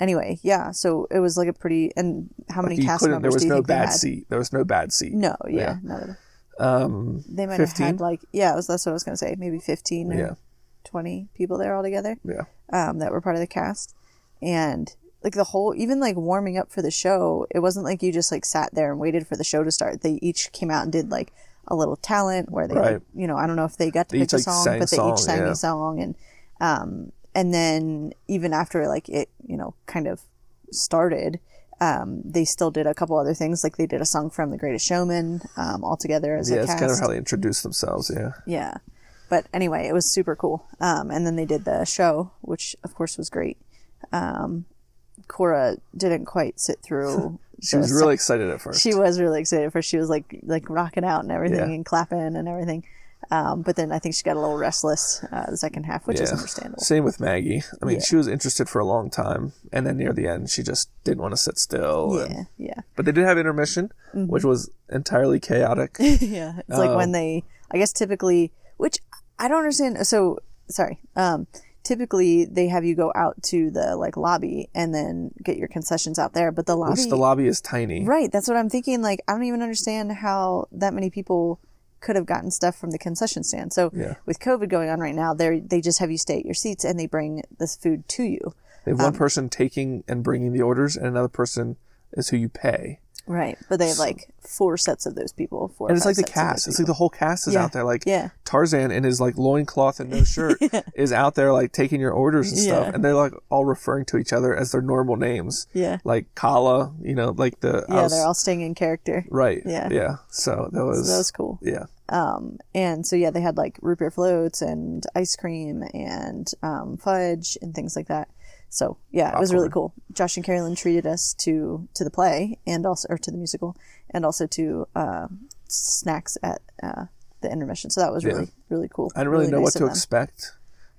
Speaker 6: Anyway, yeah. So it was like a pretty and how many
Speaker 5: You
Speaker 6: cast
Speaker 5: couldn't.
Speaker 6: members
Speaker 5: There was
Speaker 6: do you
Speaker 5: no
Speaker 6: think they
Speaker 5: bad
Speaker 6: had?
Speaker 5: seat. There was no bad seat.
Speaker 6: No, yeah,
Speaker 5: Yeah.
Speaker 6: not at all.
Speaker 5: Um,
Speaker 6: They might have
Speaker 5: 15?
Speaker 6: had like yeah, it was, that's what I was gonna say. Maybe fifteen or
Speaker 5: Yeah.
Speaker 6: twenty people there altogether
Speaker 5: yeah.
Speaker 6: um, that were part of the cast, and like the whole even like warming up for the show, it wasn't like you just like sat there and waited for the show to start. They each came out and did like a little talent where they
Speaker 5: Right.
Speaker 6: like, you know I don't know if they got to
Speaker 5: They
Speaker 6: pick
Speaker 5: each,
Speaker 6: a
Speaker 5: like,
Speaker 6: song,
Speaker 5: sang
Speaker 6: but they
Speaker 5: song,
Speaker 6: each sang
Speaker 5: yeah.
Speaker 6: a song and um, and then even after like it you know kind of started. Um, they still did a couple other things, like they did a song from The Greatest Showman um, all together as
Speaker 5: Yeah.
Speaker 6: a
Speaker 5: It's
Speaker 6: cast.
Speaker 5: kind of how they introduced themselves. Yeah.
Speaker 6: Yeah. But anyway, it was super cool. Um, and then they did the show, which of course was great. Um, Cora didn't quite sit through.
Speaker 5: <laughs> She
Speaker 6: the
Speaker 5: was really excited at first.
Speaker 6: she was really excited for. She was like like rocking out and everything
Speaker 5: Yeah.
Speaker 6: and clapping and everything. Um, but then I think she got a little restless uh, the second half, which is understandable.
Speaker 5: Same with Maggie. I mean,
Speaker 6: Yeah.
Speaker 5: she was interested for a long time, and then near the end, she just didn't want to sit still. and-
Speaker 6: Yeah, Mm-hmm. yeah,
Speaker 5: but they did have intermission, which was entirely chaotic.
Speaker 6: <laughs> yeah. It's like
Speaker 5: Oh.
Speaker 6: when they, I guess, typically, which I don't understand. So sorry. Um, typically they have you go out to the like lobby and then get your concessions out there, but the lobby,
Speaker 5: which the lobby is tiny.
Speaker 6: Right. That's what I'm thinking. Like, I don't even understand how that many people could have gotten stuff from the concession stand. So
Speaker 5: Yeah.
Speaker 6: with COVID going on right now, they they just have you stay at your seats and they bring this food to you.
Speaker 5: They have one
Speaker 6: Um,
Speaker 5: person taking and bringing the orders, and another person is who you pay.
Speaker 6: Right. But they have like four sets of those people. Four or
Speaker 5: And it's like
Speaker 6: five
Speaker 5: the
Speaker 6: sets of those
Speaker 5: cast. It's like the whole cast is
Speaker 6: Yeah.
Speaker 5: out there. Like
Speaker 6: Yeah.
Speaker 5: Tarzan in his like loincloth and
Speaker 6: <laughs>
Speaker 5: no shirt is out there like taking your orders and stuff.
Speaker 6: Yeah.
Speaker 5: And they're like all referring to each other as their normal names.
Speaker 6: Yeah.
Speaker 5: Like Kala, you know, like the
Speaker 6: people. Yeah, they're all staying in character.
Speaker 5: right.
Speaker 6: Yeah.
Speaker 5: Yeah. So that was
Speaker 6: So that was cool.
Speaker 5: yeah.
Speaker 6: And so yeah, they had like root beer floats and ice cream and um, fudge and things like that. So yeah, it was really cool. Josh and Carolyn treated us to to the play and also or to the musical and also to uh, snacks at uh, the intermission. So that was really really cool.
Speaker 5: I didn't really, know
Speaker 6: nice
Speaker 5: what
Speaker 6: of
Speaker 5: to
Speaker 6: them.
Speaker 5: expect,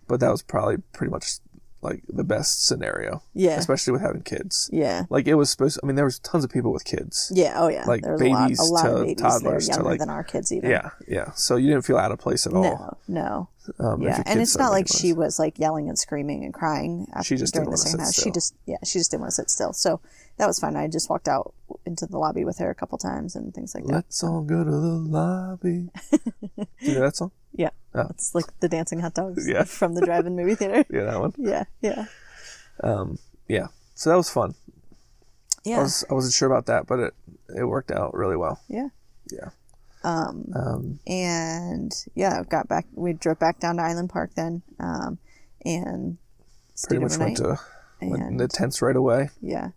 Speaker 5: but that was probably pretty much like the best scenario.
Speaker 6: Yeah.
Speaker 5: Especially with having kids.
Speaker 6: Yeah,
Speaker 5: Like it was supposed. I mean, there was tons of people with kids.
Speaker 6: yeah, oh yeah.
Speaker 5: Like
Speaker 6: there was
Speaker 5: babies
Speaker 6: a lot, a lot
Speaker 5: to
Speaker 6: of babies
Speaker 5: toddlers to,
Speaker 6: that are younger
Speaker 5: like-
Speaker 6: than our kids even.
Speaker 5: Yeah, Oh. yeah. So you didn't feel out of place at all.
Speaker 6: No, no.
Speaker 5: Um, if
Speaker 6: yeah,
Speaker 5: your
Speaker 6: and
Speaker 5: kid
Speaker 6: it's not
Speaker 5: suddenly
Speaker 6: like she was like yelling and screaming and crying. After,
Speaker 5: She just
Speaker 6: during
Speaker 5: didn't
Speaker 6: the
Speaker 5: wanna
Speaker 6: second
Speaker 5: sit
Speaker 6: half. She
Speaker 5: still.
Speaker 6: just yeah, she just didn't want to sit still. So that was fine. I just walked out into the lobby with her a couple times and things like that.
Speaker 5: Let's all go to the
Speaker 6: <laughs>
Speaker 5: lobby. Do you know that song?
Speaker 6: Yeah,
Speaker 5: Oh.
Speaker 6: it's like the dancing hot dogs
Speaker 5: Yeah.
Speaker 6: <laughs> from the
Speaker 5: <laughs>
Speaker 6: drive-in movie theater.
Speaker 5: Yeah, that one.
Speaker 6: Yeah, yeah,
Speaker 5: Yeah. So that was fun.
Speaker 6: yeah,
Speaker 5: I was I wasn't sure about that, but it it worked out really well. Um,
Speaker 6: yeah.
Speaker 5: Yeah.
Speaker 6: And yeah, I got back. We drove back down to Island Park then, um, and stayed
Speaker 5: Pretty much went
Speaker 6: overnight.
Speaker 5: to went in
Speaker 6: And-
Speaker 5: the tents right away.
Speaker 6: Yeah.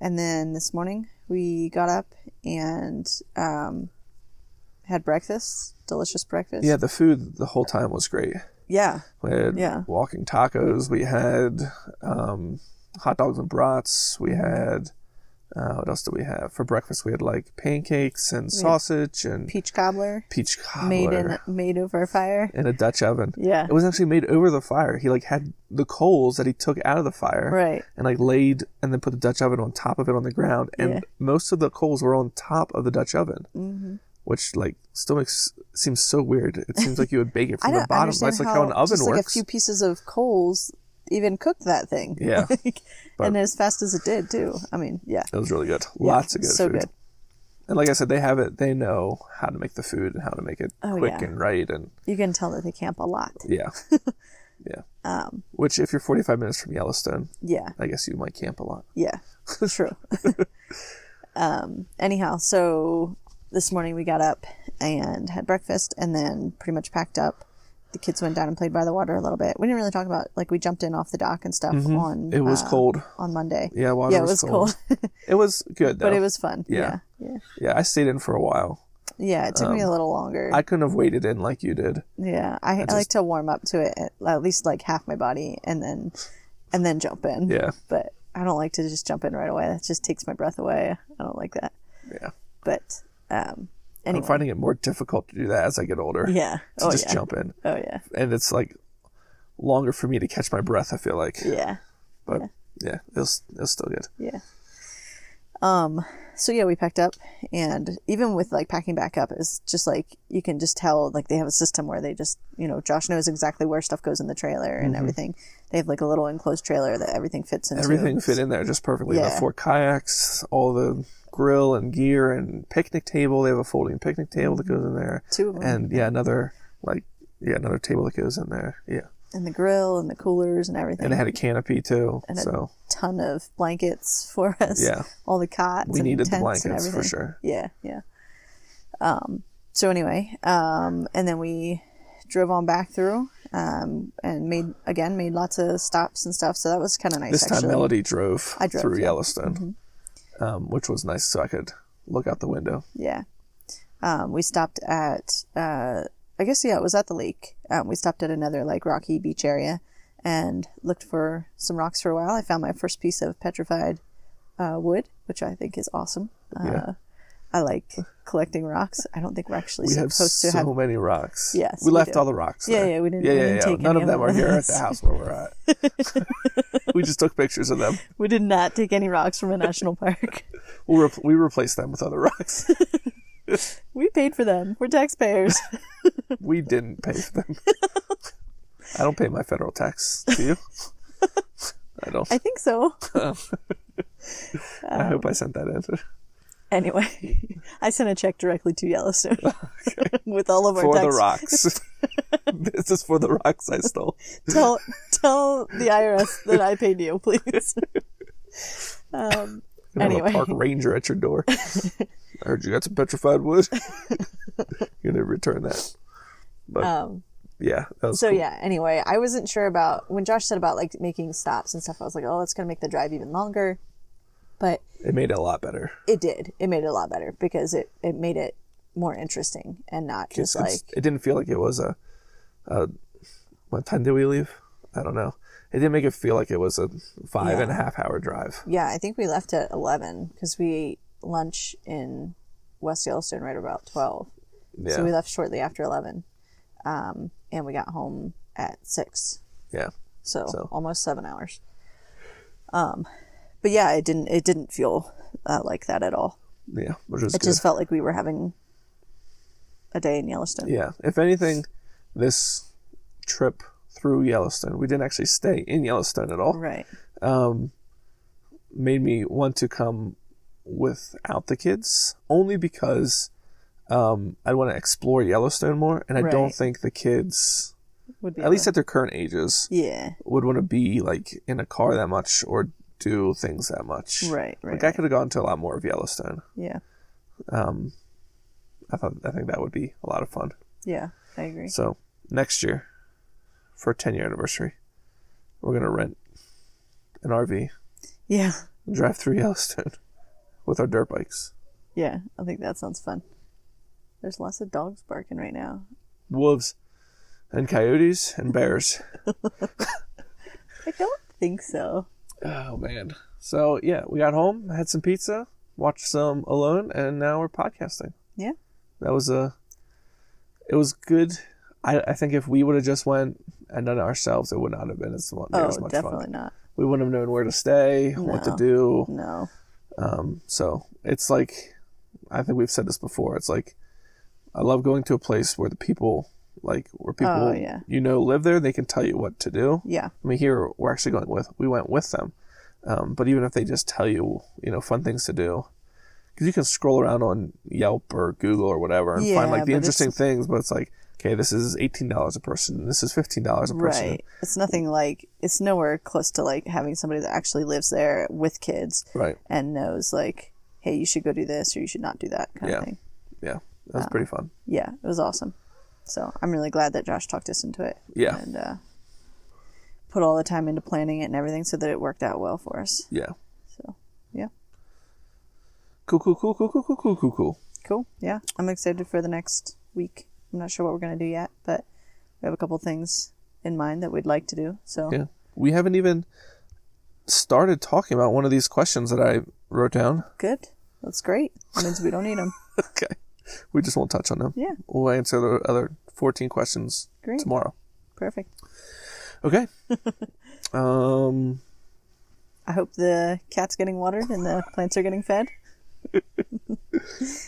Speaker 6: And then this morning we got up and um, had breakfast, delicious breakfast.
Speaker 5: Yeah, the food the whole time was great.
Speaker 6: Yeah.
Speaker 5: We had
Speaker 6: Yeah.
Speaker 5: walking tacos. We had um, hot dogs and brats. We had uh, what else did we have for breakfast? We had like pancakes and sausage and
Speaker 6: Peach cobbler
Speaker 5: peach cobbler
Speaker 6: made in made over fire.
Speaker 5: in a Dutch oven.
Speaker 6: Yeah.
Speaker 5: It was actually made over the fire. He like had the coals that he took out of the fire.
Speaker 6: Right.
Speaker 5: And like laid and then put the Dutch oven on top of it on the ground. And
Speaker 6: Yeah. Mm-hmm.
Speaker 5: most of the coals were on top of the Dutch oven. Which like still makes seems so weird. It seems like you would bake it
Speaker 6: <laughs> I
Speaker 5: from
Speaker 6: don't
Speaker 5: the bottom.
Speaker 6: understand
Speaker 5: That's like
Speaker 6: how,
Speaker 5: how an oven
Speaker 6: just
Speaker 5: works.
Speaker 6: like a few pieces of coals even cooked that thing.
Speaker 5: Yeah.
Speaker 6: <laughs> Like,
Speaker 5: But-
Speaker 6: and as fast as it did too. I mean, yeah.
Speaker 5: It was really good.
Speaker 6: Yeah,
Speaker 5: Lots of good
Speaker 6: so
Speaker 5: food.
Speaker 6: good.
Speaker 5: And like I said, they have it. They know how to make the food and how to make it
Speaker 6: Oh,
Speaker 5: quick
Speaker 6: yeah.
Speaker 5: and right. And
Speaker 6: You can tell that they camp a lot. <laughs>
Speaker 5: yeah, yeah.
Speaker 6: Um,
Speaker 5: Which, if you're 45 minutes from Yellowstone,
Speaker 6: Yeah.
Speaker 5: I guess you might camp a lot.
Speaker 6: Yeah, <laughs>
Speaker 5: <laughs>
Speaker 6: true. um, anyhow, so this morning we got up and had breakfast, and then pretty much packed up. The kids went down and played by the water a little bit. We didn't really talk about like we jumped in off the dock and stuff on.
Speaker 5: Mm-hmm. It was
Speaker 6: uh,
Speaker 5: cold.
Speaker 6: on Monday.
Speaker 5: Yeah, water
Speaker 6: yeah, it
Speaker 5: was
Speaker 6: was cold, <laughs>
Speaker 5: It was good though.
Speaker 6: but it was fun.
Speaker 5: Yeah.
Speaker 6: Yeah, yeah,
Speaker 5: yeah, I stayed in for a while.
Speaker 6: yeah. It took me a little longer.
Speaker 5: Um, I couldn't have waited in like you did.
Speaker 6: yeah, I, I like to warm up to it at, at least like half my body, and then and then jump in.
Speaker 5: Yeah.
Speaker 6: but I don't like to just jump in right away. That just takes my breath away. I don't like that.
Speaker 5: Yeah.
Speaker 6: But um,
Speaker 5: I'm
Speaker 6: anyway,
Speaker 5: finding it more difficult to do that as I get older.
Speaker 6: yeah.
Speaker 5: To
Speaker 6: oh
Speaker 5: just
Speaker 6: yeah.
Speaker 5: jump in,
Speaker 6: Oh yeah.
Speaker 5: and it's like longer for me to catch my breath. I feel like,
Speaker 6: Yeah.
Speaker 5: but yeah, it was it was still good.
Speaker 6: Yeah. Um. So yeah, we packed up, and even with like packing back up, it's just like you can just tell like they have a system where they just you know Josh knows exactly where stuff goes in the trailer
Speaker 5: Mm-hmm.
Speaker 6: and everything. They have like a little enclosed trailer that everything fits into.
Speaker 5: Everything fit in there just perfectly.
Speaker 6: Yeah.
Speaker 5: The four kayaks, all the grill and gear and picnic table. They have a folding picnic table that goes in there.
Speaker 6: Two of 'em.
Speaker 5: And yeah, another like yeah, another table that goes in there. Yeah.
Speaker 6: and the grill and the coolers and everything.
Speaker 5: And it had a canopy too.
Speaker 6: And a
Speaker 5: so
Speaker 6: ton of blankets for <laughs> us.
Speaker 5: Yeah.
Speaker 6: All the cots.
Speaker 5: We
Speaker 6: and
Speaker 5: needed the
Speaker 6: tents and
Speaker 5: blankets for
Speaker 6: everything.
Speaker 5: sure.
Speaker 6: Yeah, yeah. Um, so anyway, um, and then we drove on back through um, and made again made lots of stops and stuff. So that was kind of nice.
Speaker 5: this time
Speaker 6: actually.
Speaker 5: Melody drove,
Speaker 6: I drove,
Speaker 5: through
Speaker 6: yeah. Mm-hmm.
Speaker 5: Yellowstone. Um, which was nice so I could look out the window.
Speaker 6: Yeah. Um, we stopped at, uh, I guess, yeah, it was at the lake. Um, we stopped at another like rocky beach area and looked for some rocks for a while. I found my first piece of petrified uh, wood, which I think is awesome. Uh,
Speaker 5: Yeah.
Speaker 6: I like collecting rocks. I don't think we're actually
Speaker 5: We have
Speaker 6: supposed
Speaker 5: so
Speaker 6: to have.
Speaker 5: many rocks.
Speaker 6: Yes,
Speaker 5: We
Speaker 6: we
Speaker 5: left
Speaker 6: do.
Speaker 5: all the rocks.
Speaker 6: Yeah,
Speaker 5: there.
Speaker 6: yeah, we didn't-
Speaker 5: Yeah,
Speaker 6: we
Speaker 5: yeah,
Speaker 6: didn't
Speaker 5: yeah.
Speaker 6: take
Speaker 5: None of
Speaker 6: any of
Speaker 5: them are
Speaker 6: them
Speaker 5: here
Speaker 6: <laughs> with
Speaker 5: at the
Speaker 6: us.
Speaker 5: house where we're at.
Speaker 6: <laughs>
Speaker 5: we just took pictures of them.
Speaker 6: We did not take any rocks from a
Speaker 5: <laughs>
Speaker 6: national park.
Speaker 5: We'll rep- we replaced them with other rocks. <laughs>
Speaker 6: We paid for them. We're taxpayers.
Speaker 5: We didn't pay for
Speaker 6: <laughs>
Speaker 5: them. I don't pay my federal tax. Do you? I don't.
Speaker 6: I think so.
Speaker 5: I hope I sent that in
Speaker 6: Anyway, I sent a check directly
Speaker 5: <laughs>
Speaker 6: to Yellowstone <laughs> with all of our
Speaker 5: for the
Speaker 6: tax- <laughs>
Speaker 5: rocks. <laughs> this is for the rocks I stole.
Speaker 6: tell tell the IRS that I paid you, please.
Speaker 5: <laughs>
Speaker 6: um,
Speaker 5: You have
Speaker 6: Anyway.
Speaker 5: a park ranger at your
Speaker 6: <laughs>
Speaker 5: door. I heard you got some petrified wood. <laughs> You're gonna return that. But
Speaker 6: um,
Speaker 5: yeah, that was
Speaker 6: so
Speaker 5: cool.
Speaker 6: yeah. Anyway, I wasn't sure about when Josh said about like making stops and stuff. I was like, oh, that's gonna make the drive even longer, but
Speaker 5: It made it a lot better.
Speaker 6: it did. It made it a lot better because it it made it more interesting and not just
Speaker 5: It's-
Speaker 6: like
Speaker 5: it didn't feel like it was a. a what time did we leave? I don't know. It didn't make it feel like it was a five and a half hour drive.
Speaker 6: yeah. I think we left at eleven because we ate lunch in West Yellowstone right about twelve.
Speaker 5: Yeah.
Speaker 6: So we left shortly after eleven, um, and we got home at six.
Speaker 5: yeah.
Speaker 6: so,
Speaker 5: So.
Speaker 6: almost seven hours. Um, but yeah, it didn't it didn't feel uh, like that at all.
Speaker 5: Yeah. Which was
Speaker 6: It
Speaker 5: good.
Speaker 6: just felt like we were having a day in Yellowstone.
Speaker 5: Yeah. If anything, this trip through Yellowstone, we didn't actually stay in Yellowstone at all,
Speaker 6: Right.
Speaker 5: made me want to come without the kids only because um, I want to explore Yellowstone more. And I don't
Speaker 6: Right.
Speaker 5: think the kids,
Speaker 6: Would be
Speaker 5: at least at their current ages,
Speaker 6: yeah.
Speaker 5: would want to be like in a car that much or do things that much.
Speaker 6: Right, right,
Speaker 5: Like I could have gone to a lot more of Yellowstone.
Speaker 6: Yeah.
Speaker 5: I thought I think that would be a lot of fun.
Speaker 6: Yeah. I agree.
Speaker 5: So next year, for ten year anniversary, we're gonna rent an RV
Speaker 6: Yeah.
Speaker 5: and <laughs> drive through Yellowstone with our dirt bikes.
Speaker 6: Yeah. I think that sounds fun. There's lots of dogs barking right now.
Speaker 5: wolves, and coyotes and bears.
Speaker 6: I don't think so.
Speaker 5: Oh man. So yeah, we got home, had some pizza, watched some Alone, and now we're podcasting.
Speaker 6: Yeah.
Speaker 5: That was a. It was good. I, I think if we would have just went and done it ourselves, it would not have been as, mu- near
Speaker 6: Oh,
Speaker 5: as much
Speaker 6: definitely
Speaker 5: fun.
Speaker 6: not.
Speaker 5: We wouldn't have known where to stay, what to
Speaker 6: No.
Speaker 5: do.
Speaker 6: No.
Speaker 5: So it's like, I think we've said this before. It's like, I love going to a place where the people, like, where people
Speaker 6: Oh, yeah.
Speaker 5: you know live there, they can tell you what to do.
Speaker 6: Yeah.
Speaker 5: I mean, here we're actually going with we went with them, um, but even if they just tell you, you know, fun things to do, because you can scroll around on Yelp or Google or whatever and
Speaker 6: Yeah,
Speaker 5: find like the
Speaker 6: but
Speaker 5: interesting
Speaker 6: it's-
Speaker 5: things, but it's like, okay, this is eighteen dollars a person, this is fifteen dollars a person.
Speaker 6: Right. It's nothing like it's nowhere close to like having somebody that actually lives there with kids
Speaker 5: Right.
Speaker 6: and knows like, hey, you should go do this or you should not do that kind
Speaker 5: Yeah.
Speaker 6: of thing.
Speaker 5: Yeah, that's pretty fun.
Speaker 6: Yeah, it was awesome. So I'm really glad that Josh talked us into it.
Speaker 5: Yeah.
Speaker 6: And uh, put all the time into planning it and everything so that it worked out well for us.
Speaker 5: Yeah,
Speaker 6: So yeah.
Speaker 5: cool, cool, cool, cool, cool, cool, cool, cool, cool.
Speaker 6: Cool. Yeah. I'm excited for the next week. I'm not sure what we're gonna do yet, but we have a couple things in mind that we'd like to do. So
Speaker 5: Yeah, we haven't even started talking about one of these questions that I wrote down.
Speaker 6: good. That's great. That means we don't need them.
Speaker 5: okay, we just won't touch on them.
Speaker 6: Yeah.
Speaker 5: we'll answer the other fourteen questions
Speaker 6: Great.
Speaker 5: tomorrow.
Speaker 6: Perfect. <laughs>
Speaker 5: Okay. um,
Speaker 6: I hope the cat's getting watered and the plants are getting fed.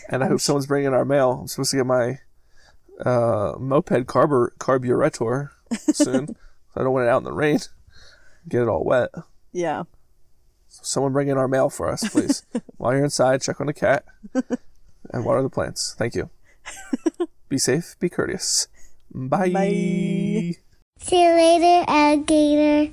Speaker 5: and I hope someone's bringing our mail. I'm supposed to get my uh, moped carbur- carburetor soon.
Speaker 6: <laughs>
Speaker 5: so I don't want it out in the rain. Get it all wet.
Speaker 6: Yeah.
Speaker 5: So someone bring in our mail for us,
Speaker 6: <laughs>
Speaker 5: please. While you're inside, check on the cat and water the plants. Thank
Speaker 6: <laughs>
Speaker 5: you. be safe. Be courteous. Bye.
Speaker 6: Bye.
Speaker 1: See you later, alligator.